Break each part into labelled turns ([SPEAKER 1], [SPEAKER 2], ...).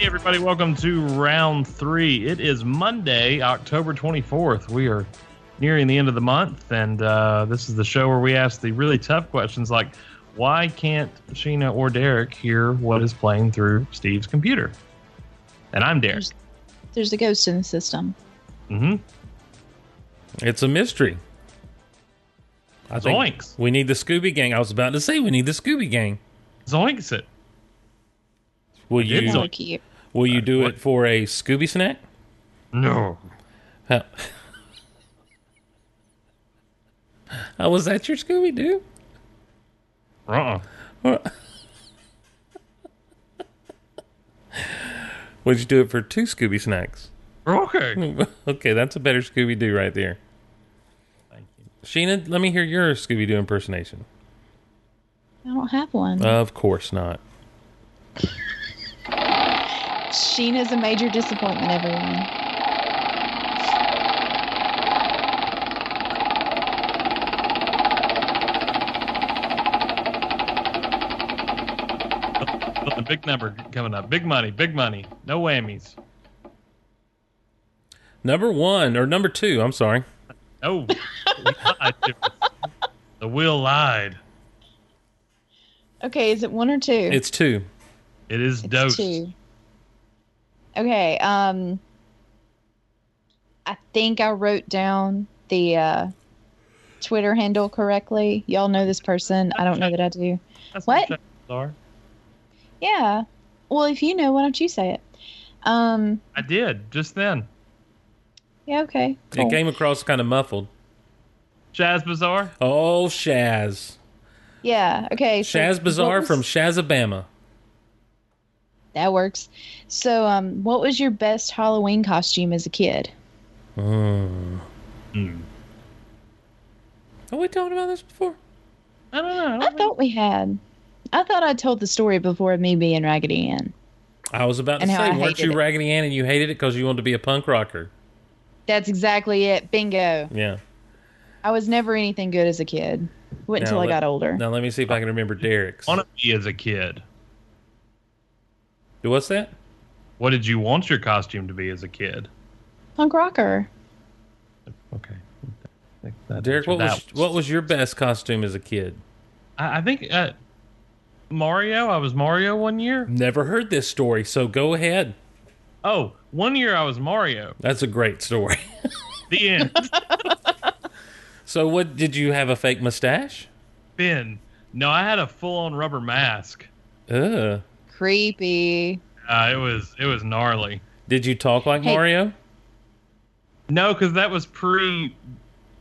[SPEAKER 1] everybody. Welcome to round three. It is Monday, October 24th. We are nearing the end of the month, and uh, this is the show where we ask the really tough questions like why can't Sheena or Derek hear what is playing through Steve's computer? And I'm Derek.
[SPEAKER 2] There's, there's a ghost in the system.
[SPEAKER 1] Mm-hmm.
[SPEAKER 3] It's a mystery. I think
[SPEAKER 1] Zoinks.
[SPEAKER 3] we need the Scooby Gang. I was about to say we need the Scooby Gang.
[SPEAKER 1] Zoinks it.
[SPEAKER 3] Will
[SPEAKER 1] did
[SPEAKER 3] you
[SPEAKER 1] zoink.
[SPEAKER 2] Like you.
[SPEAKER 3] will you do
[SPEAKER 1] what-
[SPEAKER 3] it for a Scooby snack?
[SPEAKER 1] No.
[SPEAKER 3] Huh. Oh, was that your Scooby Doo?
[SPEAKER 1] Uh-uh.
[SPEAKER 3] Would you do it for two Scooby snacks?
[SPEAKER 2] Hmm.
[SPEAKER 1] Okay.
[SPEAKER 3] okay, that's a better Scooby Doo right there.
[SPEAKER 1] Thank you.
[SPEAKER 3] Sheena, let me hear your Scooby Doo impersonation.
[SPEAKER 2] I don't have one.
[SPEAKER 3] Of course not.
[SPEAKER 2] Sheena's a major disappointment, everyone.
[SPEAKER 1] A big number coming up. Big money. Big money. No whammies.
[SPEAKER 3] Number one or number two? I'm sorry.
[SPEAKER 1] No. We lied to us. the wheel lied.
[SPEAKER 2] Okay, is it one or two?
[SPEAKER 3] It's two.
[SPEAKER 1] It is
[SPEAKER 2] It's
[SPEAKER 1] dose.
[SPEAKER 2] two. Okay, um I think I wrote down the uh Twitter handle correctly. Y'all know this person. I don't know that I do.
[SPEAKER 1] That's
[SPEAKER 2] What?
[SPEAKER 1] the chances Are.
[SPEAKER 2] Yeah. Well, if you know, why don't you say it? Um
[SPEAKER 1] I did just then.
[SPEAKER 2] yeah, okay. Cool.
[SPEAKER 3] It came across kind of muffled.
[SPEAKER 1] Shaz Bazaar.
[SPEAKER 3] Oh, Shaz.
[SPEAKER 2] Yeah, okay. so
[SPEAKER 3] Shaz
[SPEAKER 2] what
[SPEAKER 3] Bazaar
[SPEAKER 2] was-
[SPEAKER 3] from Shazabama.
[SPEAKER 2] That works. So, um, what was your best Halloween costume as a kid?
[SPEAKER 3] Mm.
[SPEAKER 1] Hmm.
[SPEAKER 3] Have we talked about this before?
[SPEAKER 1] I don't know. I don't
[SPEAKER 2] I
[SPEAKER 1] think-
[SPEAKER 2] thought we had. I thought I told the story before of me being Raggedy Ann.
[SPEAKER 3] I was about to
[SPEAKER 2] And how
[SPEAKER 3] say,
[SPEAKER 2] I
[SPEAKER 3] weren't
[SPEAKER 2] hated
[SPEAKER 3] you
[SPEAKER 2] it.
[SPEAKER 3] Raggedy Ann and you hated it because you wanted to be a punk rocker?
[SPEAKER 2] That's exactly it. Bingo.
[SPEAKER 3] Yeah.
[SPEAKER 2] I was never anything good as a kid. Went
[SPEAKER 3] Now
[SPEAKER 2] until I
[SPEAKER 3] let-
[SPEAKER 2] got older.
[SPEAKER 3] Now let me see if I can remember Derek's.
[SPEAKER 1] want to be as a kid?
[SPEAKER 3] What's that?
[SPEAKER 1] What did you want your costume to be as a kid?
[SPEAKER 2] Punk rocker.
[SPEAKER 1] Okay. That- that-
[SPEAKER 3] Derek, what
[SPEAKER 1] that
[SPEAKER 3] was what was your best costume as a kid?
[SPEAKER 1] I, I think uh, Mario. I was Mario one year.
[SPEAKER 3] Never heard this story, so go ahead.
[SPEAKER 1] Oh, one year I was Mario.
[SPEAKER 3] That's a great story.
[SPEAKER 1] The end.
[SPEAKER 3] so, what did you have a fake mustache?
[SPEAKER 1] Finn. No, I had a full-on rubber mask.
[SPEAKER 3] Ugh.
[SPEAKER 2] Creepy.
[SPEAKER 1] Uh, it was it was gnarly.
[SPEAKER 3] Did you talk like
[SPEAKER 2] Hey-
[SPEAKER 3] Mario?
[SPEAKER 1] No, because that was pre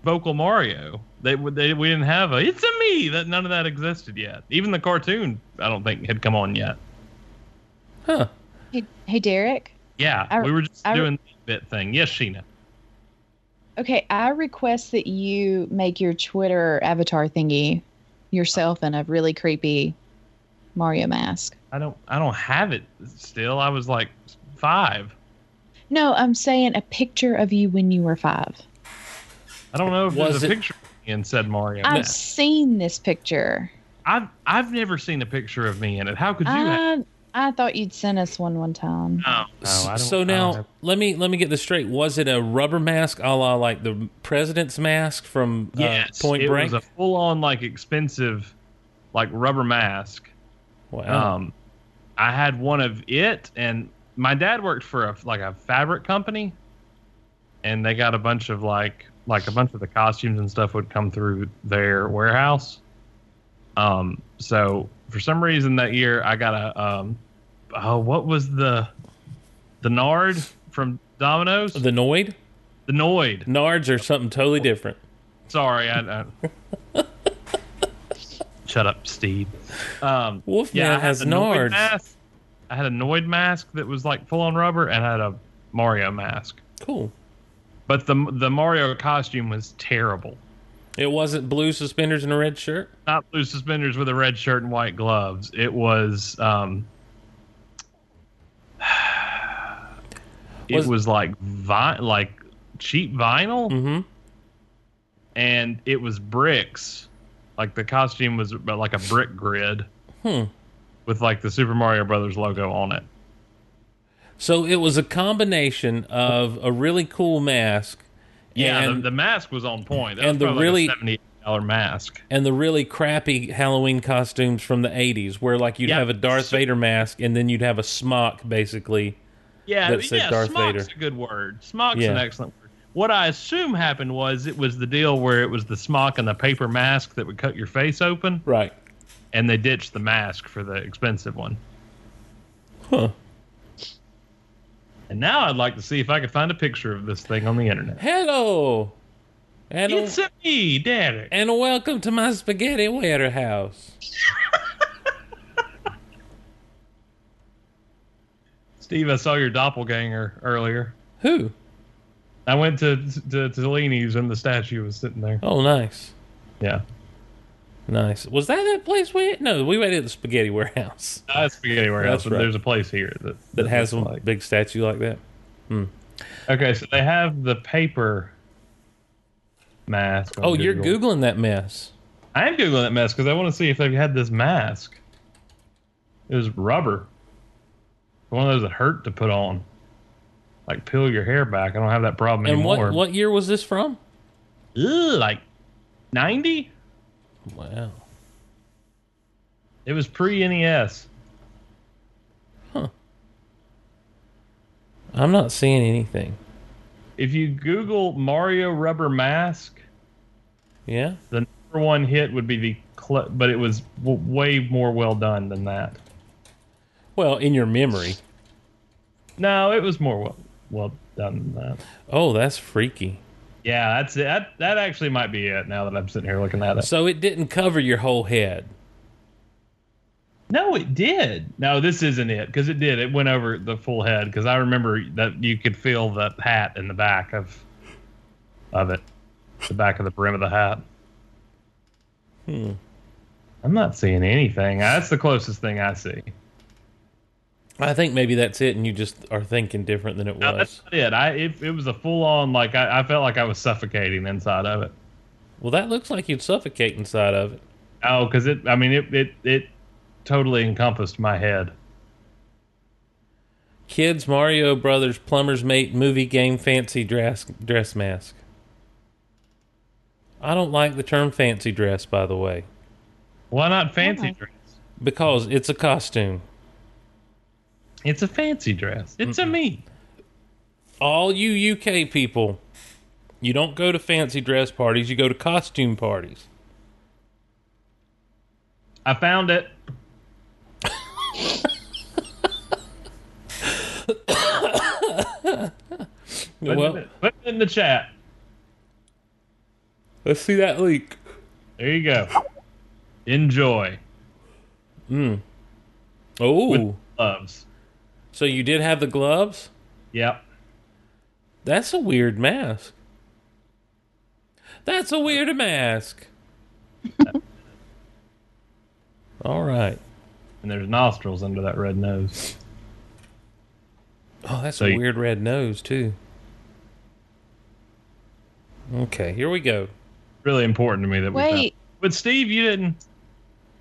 [SPEAKER 1] vocal Mario. They, they we didn't have a it's a me that none of that existed yet. Even the cartoon I don't think had come on yet.
[SPEAKER 3] Huh.
[SPEAKER 2] Hey, hey, Derek.
[SPEAKER 1] Yeah,
[SPEAKER 2] I-
[SPEAKER 1] we were just
[SPEAKER 2] I-
[SPEAKER 1] doing the bit thing. Yes, Sheena.
[SPEAKER 2] Okay, I request that you make your Twitter avatar thingy yourself in a really creepy Mario mask.
[SPEAKER 1] I don't I don't have it still. I was like five.
[SPEAKER 2] No, I'm saying a picture of you when you were five.
[SPEAKER 1] I don't know if
[SPEAKER 3] Was
[SPEAKER 1] there's a
[SPEAKER 3] it-
[SPEAKER 1] picture of me in said Mario.
[SPEAKER 2] I've
[SPEAKER 1] mask.
[SPEAKER 2] seen this picture.
[SPEAKER 1] I've I've never seen a picture of me in it. How could you? have?
[SPEAKER 2] I, I thought you'd sent us one one time.
[SPEAKER 1] No, no, Oh, I don't- I
[SPEAKER 3] so
[SPEAKER 1] don't
[SPEAKER 3] now
[SPEAKER 1] have-
[SPEAKER 3] let me let me get this straight. Was it a rubber mask, a la like the president's mask from uh,
[SPEAKER 1] yes,
[SPEAKER 3] Point
[SPEAKER 1] it
[SPEAKER 3] Break?
[SPEAKER 1] was a full on like expensive, like rubber mask.
[SPEAKER 3] wow.
[SPEAKER 1] Um, I had one of it, and my dad worked for a like a fabric company, and they got a bunch of like like a bunch of the costumes and stuff would come through their warehouse. Um, so for some reason that year I got a um, oh what was the the Nard from Domino's the,
[SPEAKER 3] the Noid,
[SPEAKER 1] Noid.
[SPEAKER 3] Nards, or something totally different.
[SPEAKER 1] Sorry, I. I Shut up, Steve. Um,
[SPEAKER 3] Wolfman
[SPEAKER 1] yeah, I
[SPEAKER 3] has
[SPEAKER 1] had a Noid
[SPEAKER 3] Nards.
[SPEAKER 1] mask. I had a Noid mask that was like full on rubber, and I had a Mario mask.
[SPEAKER 3] Cool.
[SPEAKER 1] But the the Mario costume was terrible.
[SPEAKER 3] It wasn't blue suspenders and a red shirt.
[SPEAKER 1] Not blue suspenders with a red shirt and white gloves. It was um, it
[SPEAKER 3] Was-
[SPEAKER 1] was, like vi- like cheap vinyl.
[SPEAKER 3] Mm-hmm.
[SPEAKER 1] and it was bricks. Like the costume was about like a brick grid
[SPEAKER 3] Hmm.
[SPEAKER 1] with like the Super Mario Brothers logo on it.
[SPEAKER 3] So it was a combination of a really cool mask
[SPEAKER 1] Yeah,
[SPEAKER 3] and,
[SPEAKER 1] the, the mask was on point. That was
[SPEAKER 3] and the
[SPEAKER 1] probably
[SPEAKER 3] really-
[SPEAKER 1] like a seventy dollar mask.
[SPEAKER 3] and the really crappy Halloween costumes from the 80s where like you'd
[SPEAKER 1] Yeah.
[SPEAKER 3] have a Darth Vader mask and then you'd have a smock basically.
[SPEAKER 1] Yeah,
[SPEAKER 3] That said
[SPEAKER 1] yeah.
[SPEAKER 3] Darth
[SPEAKER 1] smock's
[SPEAKER 3] Vader.
[SPEAKER 1] a good word. Smock's an
[SPEAKER 3] Yeah.
[SPEAKER 1] excellent word. What I assume happened was it was the deal where it was the smock and the paper mask that would cut your face open,
[SPEAKER 3] Right.
[SPEAKER 1] and they ditched the mask for the expensive one.
[SPEAKER 3] Huh.
[SPEAKER 1] And now I'd like to see if I could find a picture of this thing on the internet.
[SPEAKER 3] Hello. And
[SPEAKER 1] It's a me, Derek.
[SPEAKER 3] and welcome to my spaghetti warehouse.
[SPEAKER 1] Steve, I saw your doppelganger earlier.
[SPEAKER 3] Who?
[SPEAKER 1] I went to to, to Lini's and the statue was sitting there.
[SPEAKER 3] Oh, nice.
[SPEAKER 1] Yeah,
[SPEAKER 3] Nice. Was that that place we No, we went at the spaghetti warehouse
[SPEAKER 1] I don't forget anywhere
[SPEAKER 3] Oh. That's
[SPEAKER 1] else, but
[SPEAKER 3] right.
[SPEAKER 1] there's a place here that
[SPEAKER 3] that has a
[SPEAKER 1] looks like-
[SPEAKER 3] big statue like that.
[SPEAKER 1] Okay, so they have the paper mask. on
[SPEAKER 3] Oh, you're
[SPEAKER 1] Google.
[SPEAKER 3] googling that mess.
[SPEAKER 1] I am googling that mask because I want to see if they've had this mask. It was rubber. One of those that hurt to put on. Like peel your hair back. I don't have that problem
[SPEAKER 3] And
[SPEAKER 1] anymore.
[SPEAKER 3] what what year was this from?
[SPEAKER 1] Ew, like ninety?
[SPEAKER 3] Wow.
[SPEAKER 1] It was E pre NES.
[SPEAKER 3] I'm not seeing anything.
[SPEAKER 1] If you Google Mario rubber mask,
[SPEAKER 3] Yeah.
[SPEAKER 1] the number one hit would be the cl- but it was w- way more well done than that.
[SPEAKER 3] Well, in your memory.
[SPEAKER 1] No, it was more well well done than that.
[SPEAKER 3] Oh, that's freaky.
[SPEAKER 1] Yeah, that's it. That, that actually might be it. Now that I'm sitting here looking at it.
[SPEAKER 3] So it didn't cover your whole head.
[SPEAKER 1] No, it did. No, this isn't it because it did. It went over the full head because I remember that you could feel the hat in the back of of it, the back of the brim of the hat.
[SPEAKER 3] Hmm.
[SPEAKER 1] I'm not seeing anything. That's the closest thing I see.
[SPEAKER 3] I think maybe that's it, and you just are thinking different than it
[SPEAKER 1] No, that's
[SPEAKER 3] was.
[SPEAKER 1] not it. I it, it was a full on like I, I felt like I was suffocating inside of it.
[SPEAKER 3] Well, that looks like you'd suffocate inside of it.
[SPEAKER 1] Oh, because it. I mean, it it it totally encompassed my head.
[SPEAKER 3] Kids, Mario Brothers, Plumber's Mate, movie game, fancy dress dress mask. I don't like the term fancy dress, by the way,
[SPEAKER 1] Why not fancy
[SPEAKER 2] Okay.
[SPEAKER 1] dress?
[SPEAKER 3] because it's a costume.
[SPEAKER 1] It's a fancy dress. It's a me.
[SPEAKER 3] All you UK people, you don't go to fancy dress parties; you go to costume parties.
[SPEAKER 1] I found it. Put, it,
[SPEAKER 3] Well,
[SPEAKER 1] in- put it in the chat.
[SPEAKER 3] let's see that leak.
[SPEAKER 1] There you go. Enjoy.
[SPEAKER 3] Oh,
[SPEAKER 1] Loves.
[SPEAKER 3] so you did have the gloves?
[SPEAKER 1] Yep.
[SPEAKER 3] That's a weird mask. That's a weird mask. All right.
[SPEAKER 1] And there's nostrils under that red nose.
[SPEAKER 3] Oh, that's
[SPEAKER 1] So
[SPEAKER 3] a
[SPEAKER 1] you-
[SPEAKER 3] weird red nose too. Okay, here we go.
[SPEAKER 1] Really important to me that we found-
[SPEAKER 2] Wait.
[SPEAKER 1] But Steve, you didn't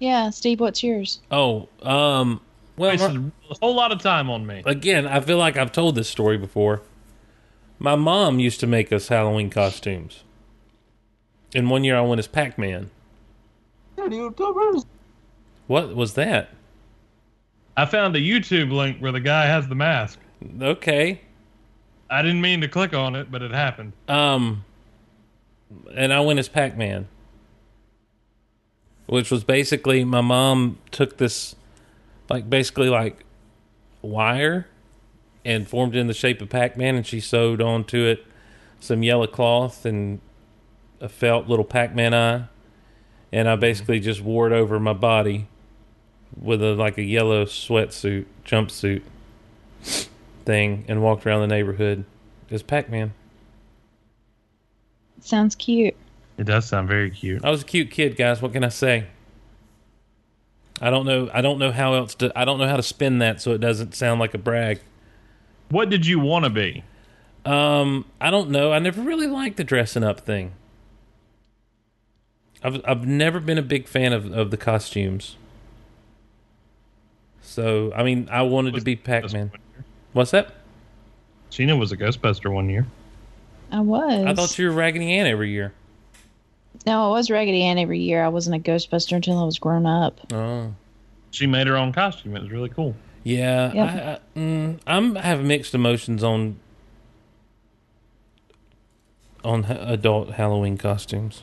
[SPEAKER 2] Yeah, Steve, what's yours?
[SPEAKER 3] Oh, um, well,
[SPEAKER 1] waste a whole lot of time on me.
[SPEAKER 3] again, I feel like I've told this story before. My mom used to make us Halloween costumes. And one year I went as Pac Man. What was that?
[SPEAKER 1] I found a YouTube link where the guy has the mask.
[SPEAKER 3] Okay.
[SPEAKER 1] I didn't mean to click on it, but it happened.
[SPEAKER 3] Um, and I went as Pac Man, which was basically my mom took this, like basically like wire, and formed it in the shape of Pac Man, and she sewed onto it some yellow cloth and a felt little Pac Man eye, and I basically just wore it over my body with a like a yellow sweatsuit jumpsuit thing, and walked around the neighborhood as Pac Man.
[SPEAKER 2] Sounds cute.
[SPEAKER 1] It does sound very cute.
[SPEAKER 3] I was a cute kid, guys. What can I say? I don't know. I don't know how else to. I don't know how to spin that so it doesn't sound like a brag.
[SPEAKER 1] What did you want to be?
[SPEAKER 3] Um, I don't know. I never really liked the dressing up thing. I've I've never been a big fan of of the costumes. So I mean, I wanted to be Pac Man. What's that?
[SPEAKER 1] Sheena was a Ghostbuster one year.
[SPEAKER 2] I was.
[SPEAKER 3] I thought you were Raggedy Ann every year.
[SPEAKER 2] No, I was Raggedy Ann every year. I wasn't a Ghostbuster until I was grown up.
[SPEAKER 3] Oh.
[SPEAKER 1] She made her own costume. It was really cool.
[SPEAKER 3] Yeah,
[SPEAKER 2] Yeah.
[SPEAKER 3] I, I, mm, I'm I have mixed emotions on on ha- adult Halloween costumes.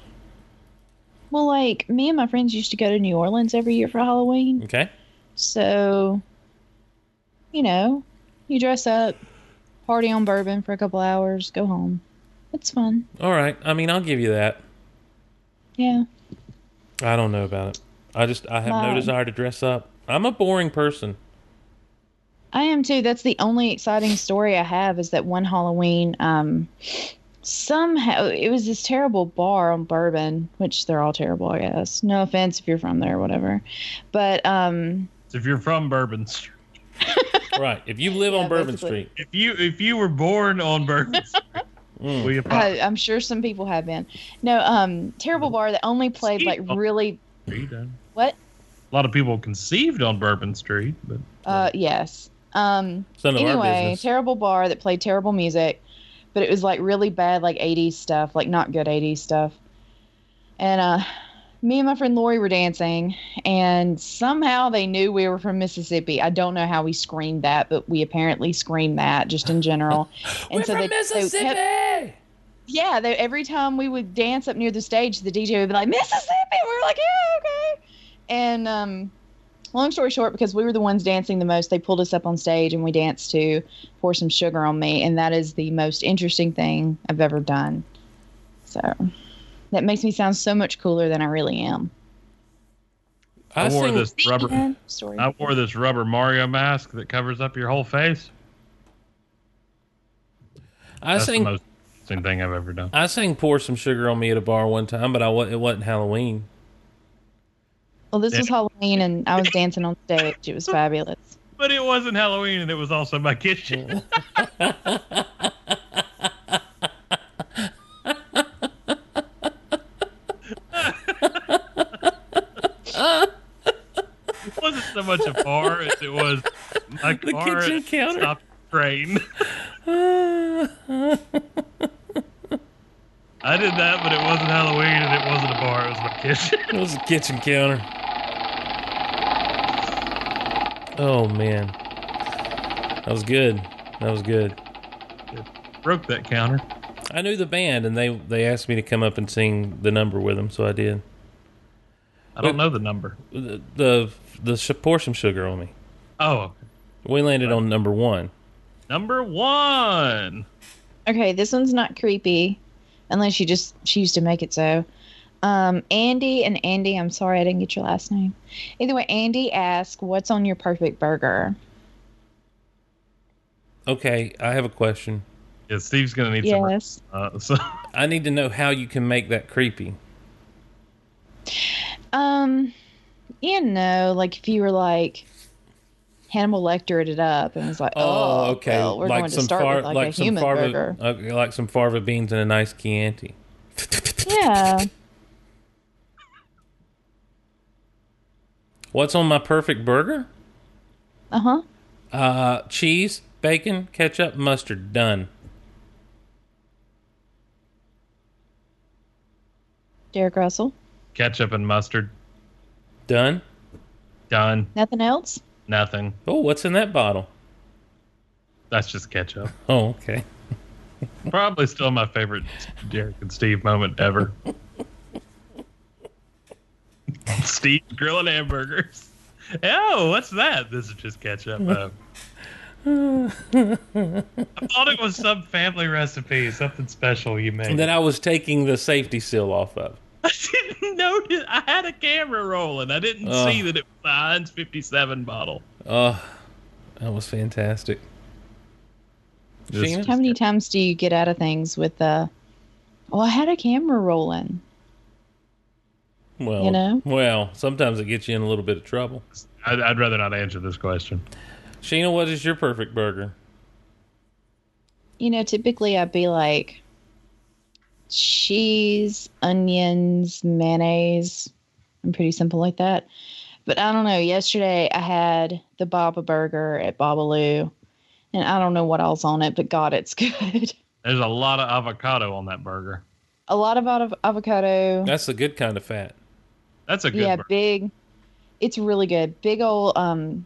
[SPEAKER 2] Well, like me and my friends used to go to New Orleans every year for Halloween.
[SPEAKER 3] Okay,
[SPEAKER 2] So, you know, you dress up, party on bourbon for a couple hours, go home. It's fun.
[SPEAKER 3] all right. I mean, I'll give you that.
[SPEAKER 2] Yeah.
[SPEAKER 3] I don't know about it. I just I have no
[SPEAKER 2] Mine.
[SPEAKER 3] desire to dress up. I'm a boring person.
[SPEAKER 2] I am too. That's the only exciting story I have is that one Halloween, um, somehow it was this terrible bar on Bourbon, which they're all terrible, I guess. No offense if you're from there or whatever. But, um,
[SPEAKER 1] So if you're from Bourbon Street,
[SPEAKER 3] right. If you live
[SPEAKER 2] Yeah,
[SPEAKER 3] on Bourbon
[SPEAKER 2] basically.
[SPEAKER 1] if
[SPEAKER 3] Street,
[SPEAKER 1] you if you were born on Bourbon Street,
[SPEAKER 3] Mm.
[SPEAKER 1] we
[SPEAKER 2] I,
[SPEAKER 1] apologize.
[SPEAKER 2] I'm sure some people have been. No, um, terrible bar that only played like really, what?
[SPEAKER 1] A lot of people conceived on Bourbon Street, but
[SPEAKER 2] Uh, yes. Um,
[SPEAKER 3] it's none of our
[SPEAKER 2] anyway,
[SPEAKER 3] business.
[SPEAKER 2] terrible bar that played terrible music, but it was like really bad, like 80s stuff, like not good 80s stuff. And uh, me and my friend Lori were dancing, and somehow they knew we were from Mississippi. I don't know how we screamed that, but we apparently screamed that just in general. and so they, They kept, yeah, they, every time we would dance up near the stage, the DJ would be like, Mississippi. And we were like, yeah, okay. And um, long story short, because we were the ones dancing the most, they pulled us up on stage and we danced to Pour Some Sugar on Me. And that is the most interesting thing I've ever done. So that makes me sound so much cooler than I really am.
[SPEAKER 1] I,
[SPEAKER 3] I
[SPEAKER 1] wore
[SPEAKER 3] sing,
[SPEAKER 1] this rubber.
[SPEAKER 2] And story.
[SPEAKER 1] I wore this rubber Mario mask that covers up your whole face.
[SPEAKER 3] I
[SPEAKER 1] That's
[SPEAKER 3] sing.
[SPEAKER 1] the most interesting thing I've ever done.
[SPEAKER 3] I sang "Pour Some Sugar on Me" at a bar one time, but I wa- it wasn't Halloween.
[SPEAKER 2] well, this was Halloween and I was dancing on stage. It was fabulous.
[SPEAKER 1] But it wasn't Halloween, and it was also my kitchen. it wasn't so much a bar as it was my
[SPEAKER 3] The
[SPEAKER 1] car at
[SPEAKER 3] kitchen
[SPEAKER 1] a
[SPEAKER 3] counter.
[SPEAKER 1] stop train. I did that, but it wasn't Halloween, and it wasn't a bar. It was my kitchen.
[SPEAKER 3] It was a kitchen counter. Oh man, that was good. That was good.
[SPEAKER 1] Broke that counter.
[SPEAKER 3] I knew the band, and they they asked me to come up and sing the number with them, so I did.
[SPEAKER 1] I don't know the number.
[SPEAKER 3] The the, the sh- pour some sugar on me.
[SPEAKER 1] Oh,
[SPEAKER 3] We landed on number one.
[SPEAKER 1] number one.
[SPEAKER 2] Okay, this one's not creepy unless you just choose to make it so. Um, Andy and Andy, I'm sorry I didn't get your last name. Either way, Andy asked, What's on your perfect burger?
[SPEAKER 3] Okay, I have a question.
[SPEAKER 1] Yeah, Steve's gonna need some.
[SPEAKER 2] Yes.
[SPEAKER 1] Uh, so
[SPEAKER 3] I need to know how you can make that creepy.
[SPEAKER 2] Um, you know, like if you were like Hannibal Lectered it up and was like, Oh, okay. Well, we're going to start with like, a human
[SPEAKER 3] farva,
[SPEAKER 2] burger.
[SPEAKER 3] okay, like some farva beans and a nice Chianti.
[SPEAKER 2] Yeah.
[SPEAKER 3] What's on my perfect burger?
[SPEAKER 2] Uh huh.
[SPEAKER 3] Uh, cheese, bacon, ketchup, mustard. Done.
[SPEAKER 2] Derek Russell.
[SPEAKER 1] ketchup and mustard.
[SPEAKER 3] Done.
[SPEAKER 1] Done.
[SPEAKER 2] Nothing else?
[SPEAKER 1] Nothing.
[SPEAKER 3] Oh, what's in that bottle?
[SPEAKER 1] That's just ketchup.
[SPEAKER 3] Oh, okay.
[SPEAKER 1] Probably still my favorite Derek and Steve moment ever. Steve grilling hamburgers. Oh, what's that? This is just ketchup. Oh. I thought it was some family recipe, something special you made.
[SPEAKER 3] That I was taking the safety seal off of.
[SPEAKER 1] I didn't notice. I had a camera rolling. I didn't
[SPEAKER 3] Ugh.
[SPEAKER 1] see that it was a Heinz 57 bottle.
[SPEAKER 3] Oh, that was fantastic.
[SPEAKER 1] Just-
[SPEAKER 3] Sheena?
[SPEAKER 2] How many times do you get out of things with uh Oh, I had a camera rolling.
[SPEAKER 3] Well,
[SPEAKER 2] You know?
[SPEAKER 3] well, sometimes it gets you in a little bit of trouble.
[SPEAKER 1] I'd, I'd rather not answer this question.
[SPEAKER 3] Sheena, what is your perfect burger?
[SPEAKER 2] You know, typically I'd be like cheese, onions, mayonnaise. I'm pretty simple like that. But I don't know. Yesterday I had the Baba burger at Babaloo, and I don't know what else on it, but God, it's good.
[SPEAKER 1] There's a lot of avocado on that burger.
[SPEAKER 2] a lot of av- avocado.
[SPEAKER 3] That's the good kind of fat.
[SPEAKER 1] That's a good
[SPEAKER 2] yeah,
[SPEAKER 1] burger.
[SPEAKER 2] big. It's really good. Big old um,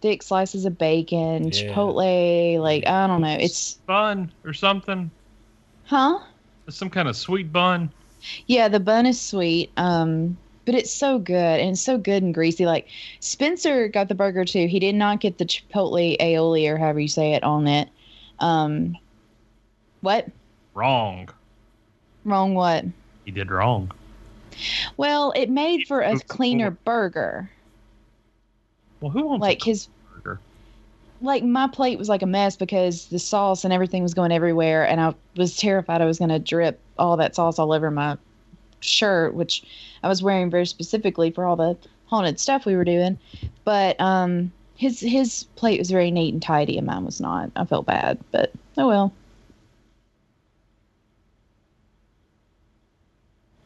[SPEAKER 2] thick slices of bacon,
[SPEAKER 3] Yeah.
[SPEAKER 2] chipotle. Like I don't know. It's
[SPEAKER 1] bun or something.
[SPEAKER 2] huh?
[SPEAKER 1] Some kind of sweet bun.
[SPEAKER 2] Yeah, the bun is sweet. Um, but it's so good and it's so good and greasy. Like Spencer got the burger too. He did not get the chipotle aioli or however you say it on it. Um, what
[SPEAKER 1] Wrong.
[SPEAKER 2] wrong? What?
[SPEAKER 1] He did wrong.
[SPEAKER 2] Well, it made for a
[SPEAKER 1] Oops.
[SPEAKER 2] cleaner burger.
[SPEAKER 1] Well, who wants
[SPEAKER 2] Like
[SPEAKER 1] like
[SPEAKER 2] his
[SPEAKER 1] a burger?
[SPEAKER 2] like my plate was like a mess because the sauce and everything was going everywhere and I was terrified I was going to drip all that sauce all over my shirt which I was wearing very specifically for all the haunted stuff we were doing but um his his plate was very neat and tidy and mine was not I felt bad but oh well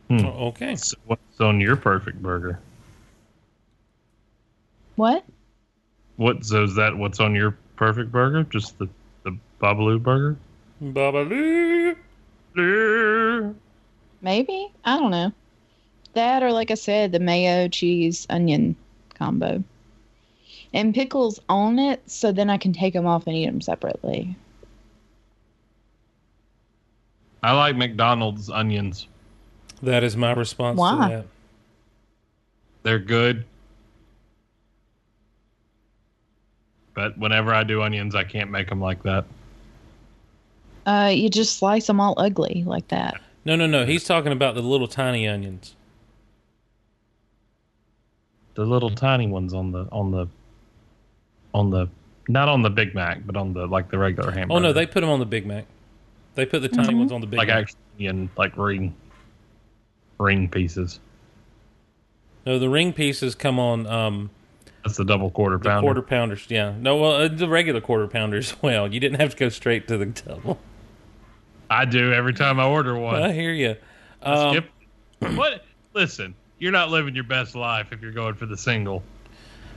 [SPEAKER 1] Hmm.
[SPEAKER 3] Oh, Okay.
[SPEAKER 1] So what's on your perfect burger?
[SPEAKER 2] what
[SPEAKER 1] What so is that? What's on your perfect burger? Just the the Babalu burger.
[SPEAKER 3] Babaloo.
[SPEAKER 2] maybe I don't know that or like I said the mayo cheese onion combo and pickles on it so then I can take them off and eat them separately
[SPEAKER 1] I like McDonald's onions.
[SPEAKER 3] That is my response
[SPEAKER 2] Why?
[SPEAKER 3] to that.
[SPEAKER 1] They're good. But whenever I do onions, I can't make them like that.
[SPEAKER 2] Uh, you just slice them all ugly like that.
[SPEAKER 3] No, no, no. He's talking about the little tiny onions.
[SPEAKER 1] The little tiny ones on the on the on the not on the Big Mac, but on the like the regular
[SPEAKER 3] Oh
[SPEAKER 1] hamburger.
[SPEAKER 3] no, they put them on the Big Mac. They put the tiny
[SPEAKER 2] Mhm.
[SPEAKER 3] ones on the Big
[SPEAKER 1] like
[SPEAKER 3] Mac.
[SPEAKER 1] actually in like ring ring pieces.
[SPEAKER 3] No, the ring pieces come on um,
[SPEAKER 1] That's the double quarter
[SPEAKER 3] the
[SPEAKER 1] pounder.
[SPEAKER 3] quarter pounders. Yeah. No, well, uh, the regular quarter pounders. as Well, you didn't have to go straight to the double.
[SPEAKER 1] I do every time I order one.
[SPEAKER 3] I hear you.
[SPEAKER 1] I
[SPEAKER 3] Um,
[SPEAKER 1] skip. What? Listen, you're not living your best life if you're going for the single.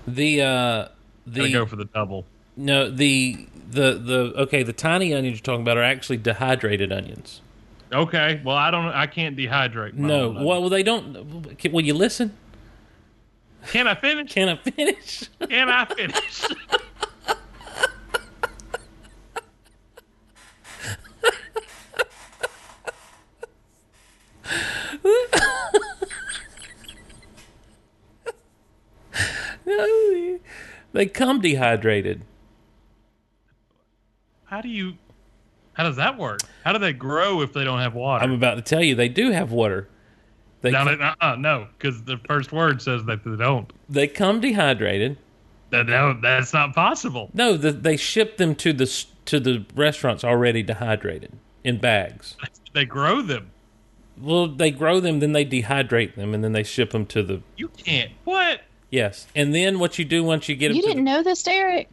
[SPEAKER 3] the uh,
[SPEAKER 1] Gotta
[SPEAKER 3] the
[SPEAKER 1] go for the double.
[SPEAKER 3] no the the the okay the tiny onions you're talking about are actually dehydrated onions.
[SPEAKER 1] Okay. Well, I don't. I can't dehydrate. my
[SPEAKER 3] No,
[SPEAKER 1] own onions.
[SPEAKER 3] well they don't. Can, will you listen?
[SPEAKER 1] uh, Can I finish?
[SPEAKER 3] Can I finish?
[SPEAKER 1] Can I finish?
[SPEAKER 3] No, they come dehydrated.
[SPEAKER 1] How do you? How does that work? How do they grow if they don't have water?
[SPEAKER 3] I'm about to tell you they do have water. They
[SPEAKER 1] no,
[SPEAKER 3] come-
[SPEAKER 1] no, uh, no, because the first word says that they don't.
[SPEAKER 3] they come dehydrated.
[SPEAKER 1] That, no, that's not possible.
[SPEAKER 3] No, the, they ship them to the s- to the restaurants already dehydrated in bags.
[SPEAKER 1] They grow them.
[SPEAKER 3] Well, they grow them, then they dehydrate them, and then they ship them to the
[SPEAKER 1] You can't. What?
[SPEAKER 3] yes. And then what you do once you get them?
[SPEAKER 2] You
[SPEAKER 3] to
[SPEAKER 2] didn't
[SPEAKER 3] the,
[SPEAKER 2] know this, Derek?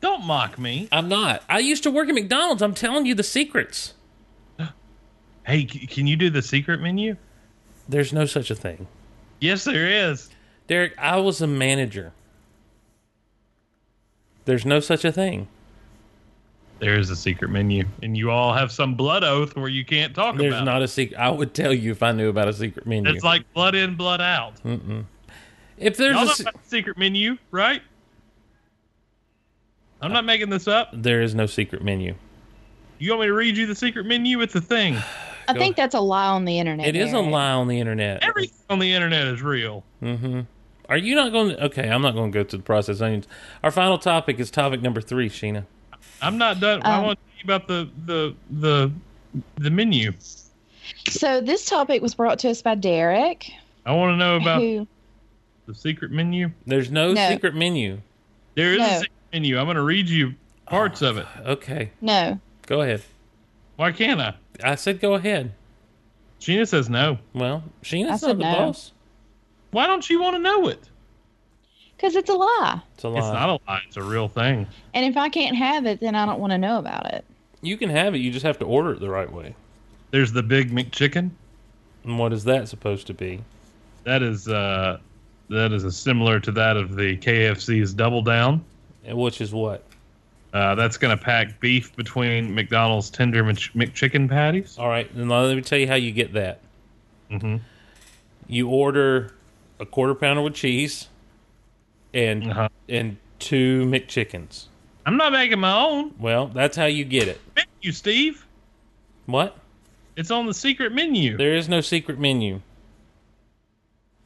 [SPEAKER 1] Don't mock me.
[SPEAKER 3] I'm not. I used to work at McDonald's. I'm telling you the secrets.
[SPEAKER 1] Hey, c- can you do the secret menu?
[SPEAKER 3] There's no such a thing,
[SPEAKER 1] Yes, there is.
[SPEAKER 3] Derek. I was a manager. There's no such a thing.
[SPEAKER 1] There is a secret menu, and you all have some blood oath where you can't talk
[SPEAKER 3] There's
[SPEAKER 1] about.
[SPEAKER 3] not a secret. I would tell you if I knew about a secret
[SPEAKER 1] it.
[SPEAKER 3] menu.
[SPEAKER 1] It's like blood in, blood out.
[SPEAKER 3] if there's
[SPEAKER 1] Y'all
[SPEAKER 3] a,
[SPEAKER 1] know
[SPEAKER 3] se-
[SPEAKER 1] about the secret menu, right? I'm not making this up.
[SPEAKER 3] there is no secret menu.
[SPEAKER 1] You want me to read you the secret menu? It's a thing.
[SPEAKER 2] I
[SPEAKER 3] Go
[SPEAKER 2] think that's a lie on the internet.
[SPEAKER 3] It is a
[SPEAKER 2] Derek.
[SPEAKER 3] lie on the internet.
[SPEAKER 1] Everything on the internet is real.
[SPEAKER 3] Mm-hmm. Are you not going to? Okay, I'm not going to go through the processed onions. Our final topic is topic number three, Sheena.
[SPEAKER 1] I'm not done. I
[SPEAKER 2] Um,
[SPEAKER 1] want to tell you about the the the the menu.
[SPEAKER 2] So this topic was brought to us by Derek,
[SPEAKER 1] I want to know about
[SPEAKER 2] who
[SPEAKER 1] the secret menu.
[SPEAKER 3] There's no,
[SPEAKER 2] No.
[SPEAKER 3] secret menu.
[SPEAKER 1] There is
[SPEAKER 2] No.
[SPEAKER 1] a secret menu. I'm going to read you parts of it.
[SPEAKER 3] Okay,
[SPEAKER 2] no,
[SPEAKER 3] go ahead.
[SPEAKER 1] Why can't I?
[SPEAKER 3] I said go ahead.
[SPEAKER 1] Sheena says no.
[SPEAKER 3] Well,
[SPEAKER 2] I
[SPEAKER 3] Sheena's
[SPEAKER 2] said
[SPEAKER 3] not the
[SPEAKER 2] no.
[SPEAKER 3] boss.
[SPEAKER 1] Why don't you want to know it?
[SPEAKER 2] because it's a lie.
[SPEAKER 3] It's a lie.
[SPEAKER 1] It's not a lie. It's a real thing.
[SPEAKER 2] And if I can't have it, then I don't want to know about it.
[SPEAKER 3] you can have it. You just have to order it the right way.
[SPEAKER 1] There's the Big McChicken.
[SPEAKER 3] And what is that supposed to be?
[SPEAKER 1] That is uh, that is a similar to that of the KFC's Double Down.
[SPEAKER 3] And Which is what?
[SPEAKER 1] Uh, that's going to pack beef between McDonald's tender Mc- McChicken patties.
[SPEAKER 3] All right, and let me tell you how you get that.
[SPEAKER 1] Mm-hmm.
[SPEAKER 3] You order a quarter pounder with cheese, and
[SPEAKER 1] Uh-huh.
[SPEAKER 3] and two McChickens.
[SPEAKER 1] I'm not making my own
[SPEAKER 3] Well, that's how you get it.
[SPEAKER 1] menu, Steve.
[SPEAKER 3] What?
[SPEAKER 1] It's on the secret menu.
[SPEAKER 3] There is no secret menu.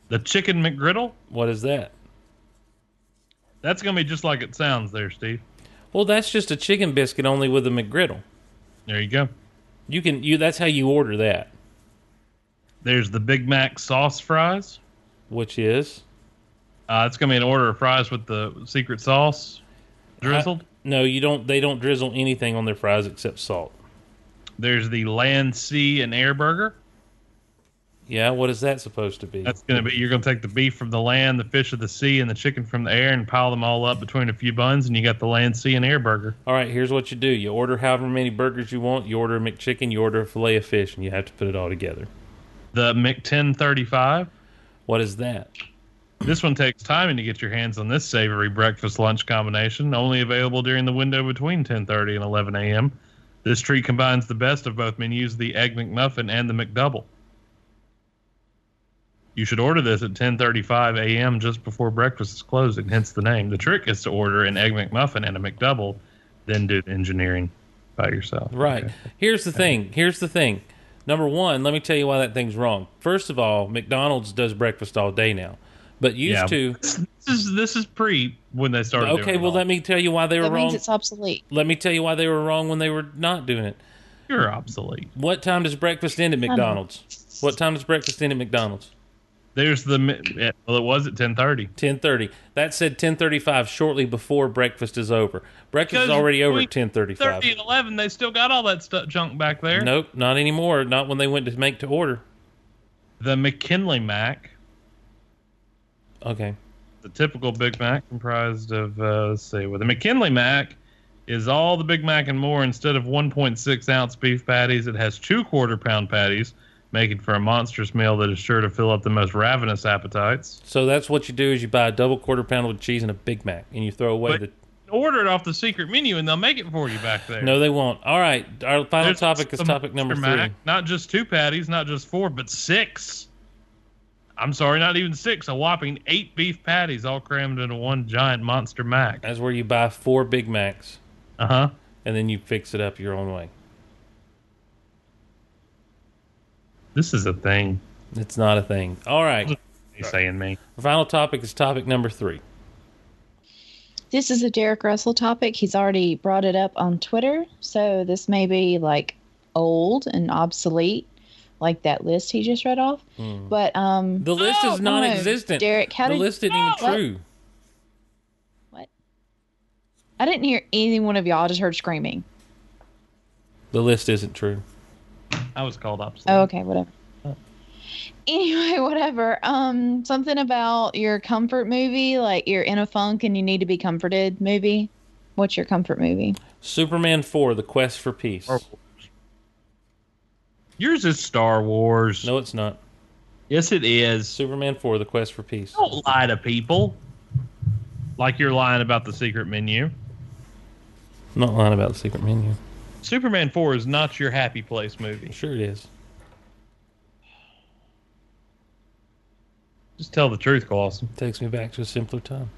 [SPEAKER 1] The chicken McGriddle.
[SPEAKER 3] What is that?
[SPEAKER 1] That's going to be just like it sounds there, Steve.
[SPEAKER 3] Well, that's just a chicken biscuit only with a McGriddle.
[SPEAKER 1] There you go.
[SPEAKER 3] You can you. That's how you order that,
[SPEAKER 1] There's the Big Mac sauce fries.
[SPEAKER 3] which is
[SPEAKER 1] Uh, it's going to be an order of fries with the secret sauce drizzled.
[SPEAKER 3] no. You don't. They don't drizzle anything on their fries except salt.
[SPEAKER 1] There's the land, sea, and air burger.
[SPEAKER 3] Yeah. What is that supposed to be?
[SPEAKER 1] That's going to be you're going to take the beef from the land, the fish of the sea, and the chicken from the air, and pile them all up between a few buns, and you got the land, sea, and air burger.
[SPEAKER 3] All right. Here's what you do. You order however many burgers you want. You order a McChicken. You order a fillet of fish, and you have to put it all together.
[SPEAKER 1] The McTen35.
[SPEAKER 3] What is that?
[SPEAKER 1] This one takes time to get your hands on this savory breakfast lunch combination, only available during the window between 10:30 and 11 a.m. This treat combines the best of both menus, the egg McMuffin and the McDouble. You should order this at 10:35 a.m. just before breakfast is closing, hence the name. The trick is to order an egg McMuffin and a McDouble, then do the engineering by yourself.
[SPEAKER 3] Right.
[SPEAKER 1] Okay.
[SPEAKER 3] Here's the thing. Here's the thing. Number one, let me tell you why that thing's wrong. First of all, McDonald's does breakfast all day now, but used
[SPEAKER 1] Yeah.
[SPEAKER 3] to.
[SPEAKER 1] This is this is pre when they started doing
[SPEAKER 3] Okay,
[SPEAKER 1] it
[SPEAKER 3] well,
[SPEAKER 1] all.
[SPEAKER 3] let me tell you why they were
[SPEAKER 2] That means
[SPEAKER 3] wrong.
[SPEAKER 2] it's obsolete.
[SPEAKER 3] Let me tell you why they were wrong when they were not doing it.
[SPEAKER 1] You're obsolete.
[SPEAKER 3] What time does breakfast end at McDonald's? What time does breakfast end at McDonald's?
[SPEAKER 1] There's the mi- yeah, well, it was at 10:30.
[SPEAKER 3] Ten thirty. That said, ten thirty-five shortly before breakfast is over. Breakfast is
[SPEAKER 1] Because
[SPEAKER 3] already over
[SPEAKER 1] we-
[SPEAKER 3] at ten
[SPEAKER 1] 30
[SPEAKER 3] thirty-five.
[SPEAKER 1] and 11 they still got all that stuff junk back there
[SPEAKER 3] Nope, not anymore. Not when they went to make to order.
[SPEAKER 1] the mckinley mac
[SPEAKER 3] Okay.
[SPEAKER 1] the typical big mac comprised of uh, let's see well the mckinley mac is all the big mac and more instead of 1.6 ounce beef patties it has two quarter pound patties making for a monstrous meal that is sure to fill up the most ravenous appetites
[SPEAKER 3] So that's what you do is you buy a double quarter pounder with cheese and a Big Mac, and you throw away
[SPEAKER 1] But-
[SPEAKER 3] the.
[SPEAKER 1] order it off the secret menu and they'll make it for you back there
[SPEAKER 3] No, they won't. All right, our final
[SPEAKER 1] There's
[SPEAKER 3] topic is
[SPEAKER 1] the
[SPEAKER 3] topic number
[SPEAKER 1] Monster Mac.
[SPEAKER 3] three.
[SPEAKER 1] Not just two patties, not just four, but six. I'm sorry, not even six. A whopping eight beef patties all crammed into one giant monster mac.
[SPEAKER 3] That's where you buy four Big Macs
[SPEAKER 1] Uh huh.
[SPEAKER 3] and then you fix it up your own way.
[SPEAKER 1] This is a thing.
[SPEAKER 3] It's not a thing. All right,
[SPEAKER 1] He's saying me.
[SPEAKER 3] our final topic is topic number three.
[SPEAKER 2] This is a Derek Russell topic. He's already brought it up on Twitter, so this may be like old and obsolete, like that list he just read off. But um,
[SPEAKER 3] Hmm. The list
[SPEAKER 1] No,
[SPEAKER 2] I
[SPEAKER 3] is
[SPEAKER 2] don't know,
[SPEAKER 3] non-existent.
[SPEAKER 2] Derek, how
[SPEAKER 3] the
[SPEAKER 2] did
[SPEAKER 3] list isn't
[SPEAKER 1] No!
[SPEAKER 3] even true.
[SPEAKER 2] what? I didn't hear any one of y'all. I just heard screaming.
[SPEAKER 3] The list isn't true.
[SPEAKER 1] I was called obsolete.
[SPEAKER 2] Oh, okay, whatever.
[SPEAKER 3] Uh.
[SPEAKER 2] Anyway, whatever. Um, something about your comfort movie, like you're in a funk and you need to be comforted. Movie. What's your comfort movie?
[SPEAKER 3] Superman four: The Quest for Peace.
[SPEAKER 1] Star Wars. Yours is Star Wars.
[SPEAKER 3] No, it's not.
[SPEAKER 1] Yes, it is.
[SPEAKER 3] Superman four: The Quest for Peace.
[SPEAKER 2] Oh.
[SPEAKER 1] Don't lie to people. Like you're lying about the secret menu.
[SPEAKER 3] I'm not lying about the secret menu.
[SPEAKER 1] Superman 4 is not your happy place movie.
[SPEAKER 3] Sure, it is.
[SPEAKER 1] Just tell the truth, Clausen.
[SPEAKER 3] Takes me back to a simpler time.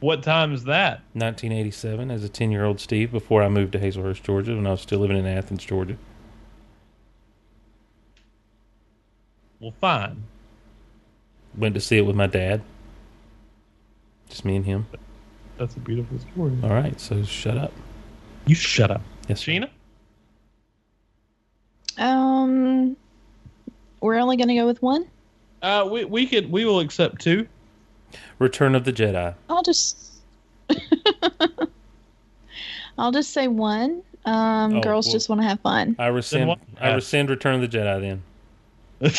[SPEAKER 1] What time is that?
[SPEAKER 3] 1987 as a 10 year old Steve before I moved to Hazelhurst, Georgia, when I was still living in Athens, Georgia.
[SPEAKER 1] Well, fine.
[SPEAKER 3] Went to see it with my dad. Just me and him.
[SPEAKER 1] That's a beautiful story.
[SPEAKER 3] All right, so shut up.
[SPEAKER 1] You shut up.
[SPEAKER 3] Yes, sir.
[SPEAKER 1] Sheena?
[SPEAKER 2] Um, we're only gonna go with one.
[SPEAKER 1] Uh, we, we could we will accept two.
[SPEAKER 3] Return of the Jedi.
[SPEAKER 2] I'll just. I'll just say one. Um,
[SPEAKER 3] Oh,
[SPEAKER 2] girls
[SPEAKER 3] well-
[SPEAKER 2] just want to have fun.
[SPEAKER 3] I rescind.
[SPEAKER 1] what-
[SPEAKER 3] I rescind Return of the Jedi. Then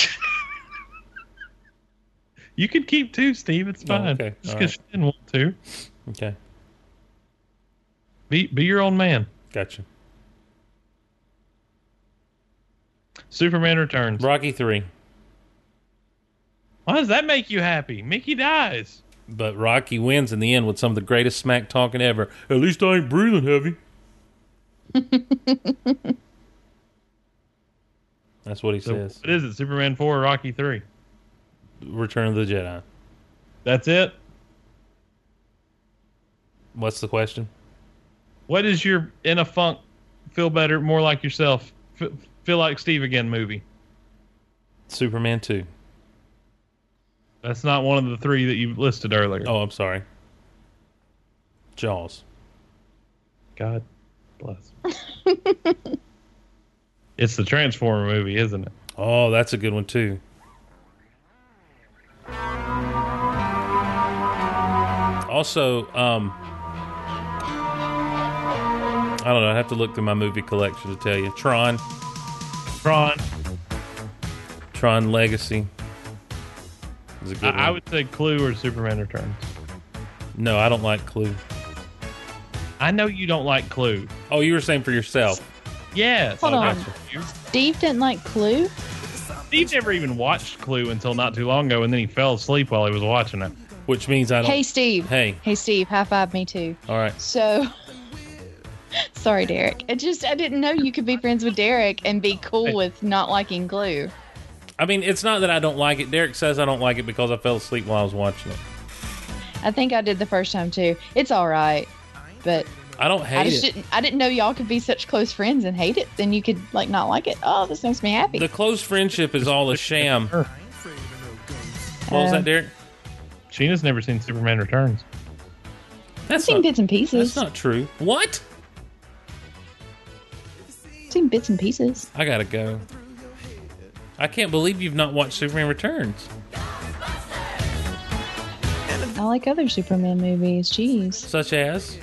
[SPEAKER 1] you could keep two, Steve. It's
[SPEAKER 3] Oh,
[SPEAKER 1] fine.
[SPEAKER 3] okay.
[SPEAKER 1] Just
[SPEAKER 3] All
[SPEAKER 1] because she didn't want to.
[SPEAKER 3] okay,
[SPEAKER 1] Be be your own man.
[SPEAKER 3] gotcha.
[SPEAKER 1] Superman returns.
[SPEAKER 3] Rocky three.
[SPEAKER 1] Why does that make you happy? Mickey dies.
[SPEAKER 3] But Rocky wins in the end with some of the greatest smack talking ever. At least I ain't breathing heavy. That's what he
[SPEAKER 1] So
[SPEAKER 3] says.
[SPEAKER 1] what is it? Superman four, or Rocky three.
[SPEAKER 3] Return of the Jedi.
[SPEAKER 1] That's it.
[SPEAKER 3] What's the question?
[SPEAKER 1] What is your in a funk, feel better, more like yourself, f- feel like Steve again movie?
[SPEAKER 3] Superman 2.
[SPEAKER 1] That's not one of the three that you listed earlier.
[SPEAKER 3] Oh, I'm sorry. Jaws.
[SPEAKER 1] God bless. it's the Transformer movie, isn't it?
[SPEAKER 3] Oh, that's a good one too. Also, um, I don't know. I have to look through my movie collection to tell you. Tron,
[SPEAKER 1] Tron.
[SPEAKER 3] Tron Legacy is a good
[SPEAKER 1] I,
[SPEAKER 3] one.
[SPEAKER 1] I would say Clue or Superman Returns.
[SPEAKER 3] no, I don't like Clue.
[SPEAKER 1] I know you don't like Clue.
[SPEAKER 3] Oh, you were saying for yourself.
[SPEAKER 1] Yes.
[SPEAKER 2] Hold
[SPEAKER 1] I
[SPEAKER 2] on.
[SPEAKER 1] got you.
[SPEAKER 2] Steve didn't like Clue.
[SPEAKER 1] Steve never even watched Clue until not too long ago, and then he fell asleep while he was watching it.
[SPEAKER 3] Which means I don't.
[SPEAKER 2] Hey, Steve.
[SPEAKER 3] Hey.
[SPEAKER 2] Hey, Steve. High five me too.
[SPEAKER 3] All right.
[SPEAKER 2] So, sorry, Derek. I just I didn't know you could be friends with Derek and be cool
[SPEAKER 1] Hey.
[SPEAKER 2] with not liking Glue.
[SPEAKER 3] I mean, it's not that I don't like it. Derek says I don't like it because I fell asleep while I was watching it.
[SPEAKER 2] I think I did the first time too. It's all right, but
[SPEAKER 3] I don't
[SPEAKER 2] I
[SPEAKER 3] hate
[SPEAKER 2] just
[SPEAKER 3] it.
[SPEAKER 2] didn't. I didn't know y'all could be such close friends and hate it. Then you could like not like it. Oh, this makes me happy.
[SPEAKER 3] The close friendship is all a sham. What was
[SPEAKER 2] Uh,
[SPEAKER 3] that, Derek?
[SPEAKER 1] Sheena's never seen Superman Returns.
[SPEAKER 2] I've
[SPEAKER 3] That's
[SPEAKER 2] seen
[SPEAKER 3] not,
[SPEAKER 2] bits and pieces.
[SPEAKER 3] that's not true. What?
[SPEAKER 2] I've seen bits and pieces.
[SPEAKER 3] I gotta go. I can't believe you've not watched Superman Returns.
[SPEAKER 2] I like other Superman movies. Jeez.
[SPEAKER 3] Such as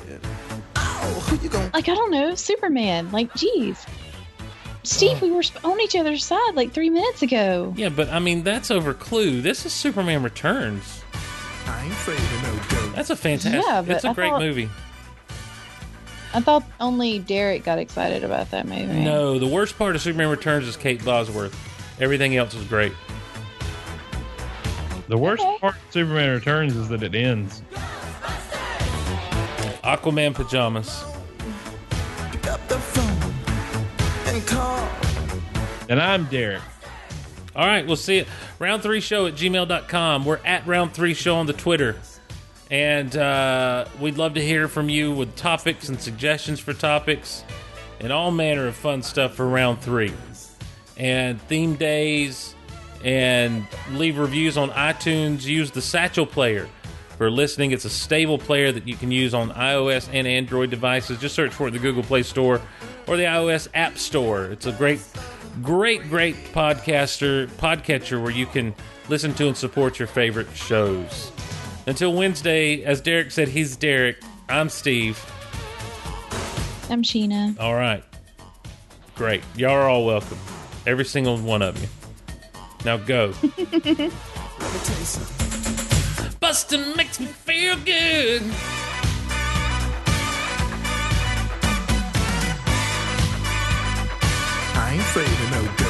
[SPEAKER 2] Like I don't know Superman. Like jeez. Steve, we were sp- on each other's side like three minutes ago.
[SPEAKER 3] Yeah, but I mean that's over Clue. This is Superman Returns.
[SPEAKER 4] I ain't afraid of no ghost.
[SPEAKER 3] That's a fantastic
[SPEAKER 2] Yeah, but
[SPEAKER 3] it's a
[SPEAKER 2] I
[SPEAKER 3] great
[SPEAKER 2] thought-
[SPEAKER 3] movie.
[SPEAKER 2] I thought only Derek got excited about that movie.
[SPEAKER 3] No, the worst part of Superman Returns is Kate Bosworth. Everything else is great.
[SPEAKER 1] The worst
[SPEAKER 2] Okay.
[SPEAKER 1] part of Superman Returns is that it ends.
[SPEAKER 3] Aquaman pajamas.
[SPEAKER 4] Pick up the phone and call.
[SPEAKER 1] And I'm Derek.
[SPEAKER 3] All right, we'll see it. Round three show at gmail.com. We're at round three show on the Twitter. And uh, we'd love to hear from you with topics and suggestions for topics and all manner of fun stuff for round three. And theme days and leave reviews on iTunes. Use the Satchel Player for listening. It's a stable player that you can use on iOS and Android devices. Just search for it in the Google Play Store or the iOS App Store. It's a great, great, great podcaster, podcatcher where you can listen to and support your favorite shows. Until Wednesday, as Derek said, he's Derek. I'm Steve.
[SPEAKER 2] I'm Sheena.
[SPEAKER 3] All right. Great. Y'all are all welcome. Every single one of you. Now go.
[SPEAKER 4] Let me tell you something.
[SPEAKER 3] Bustin' makes me feel good.
[SPEAKER 4] I ain't afraid of no ghost.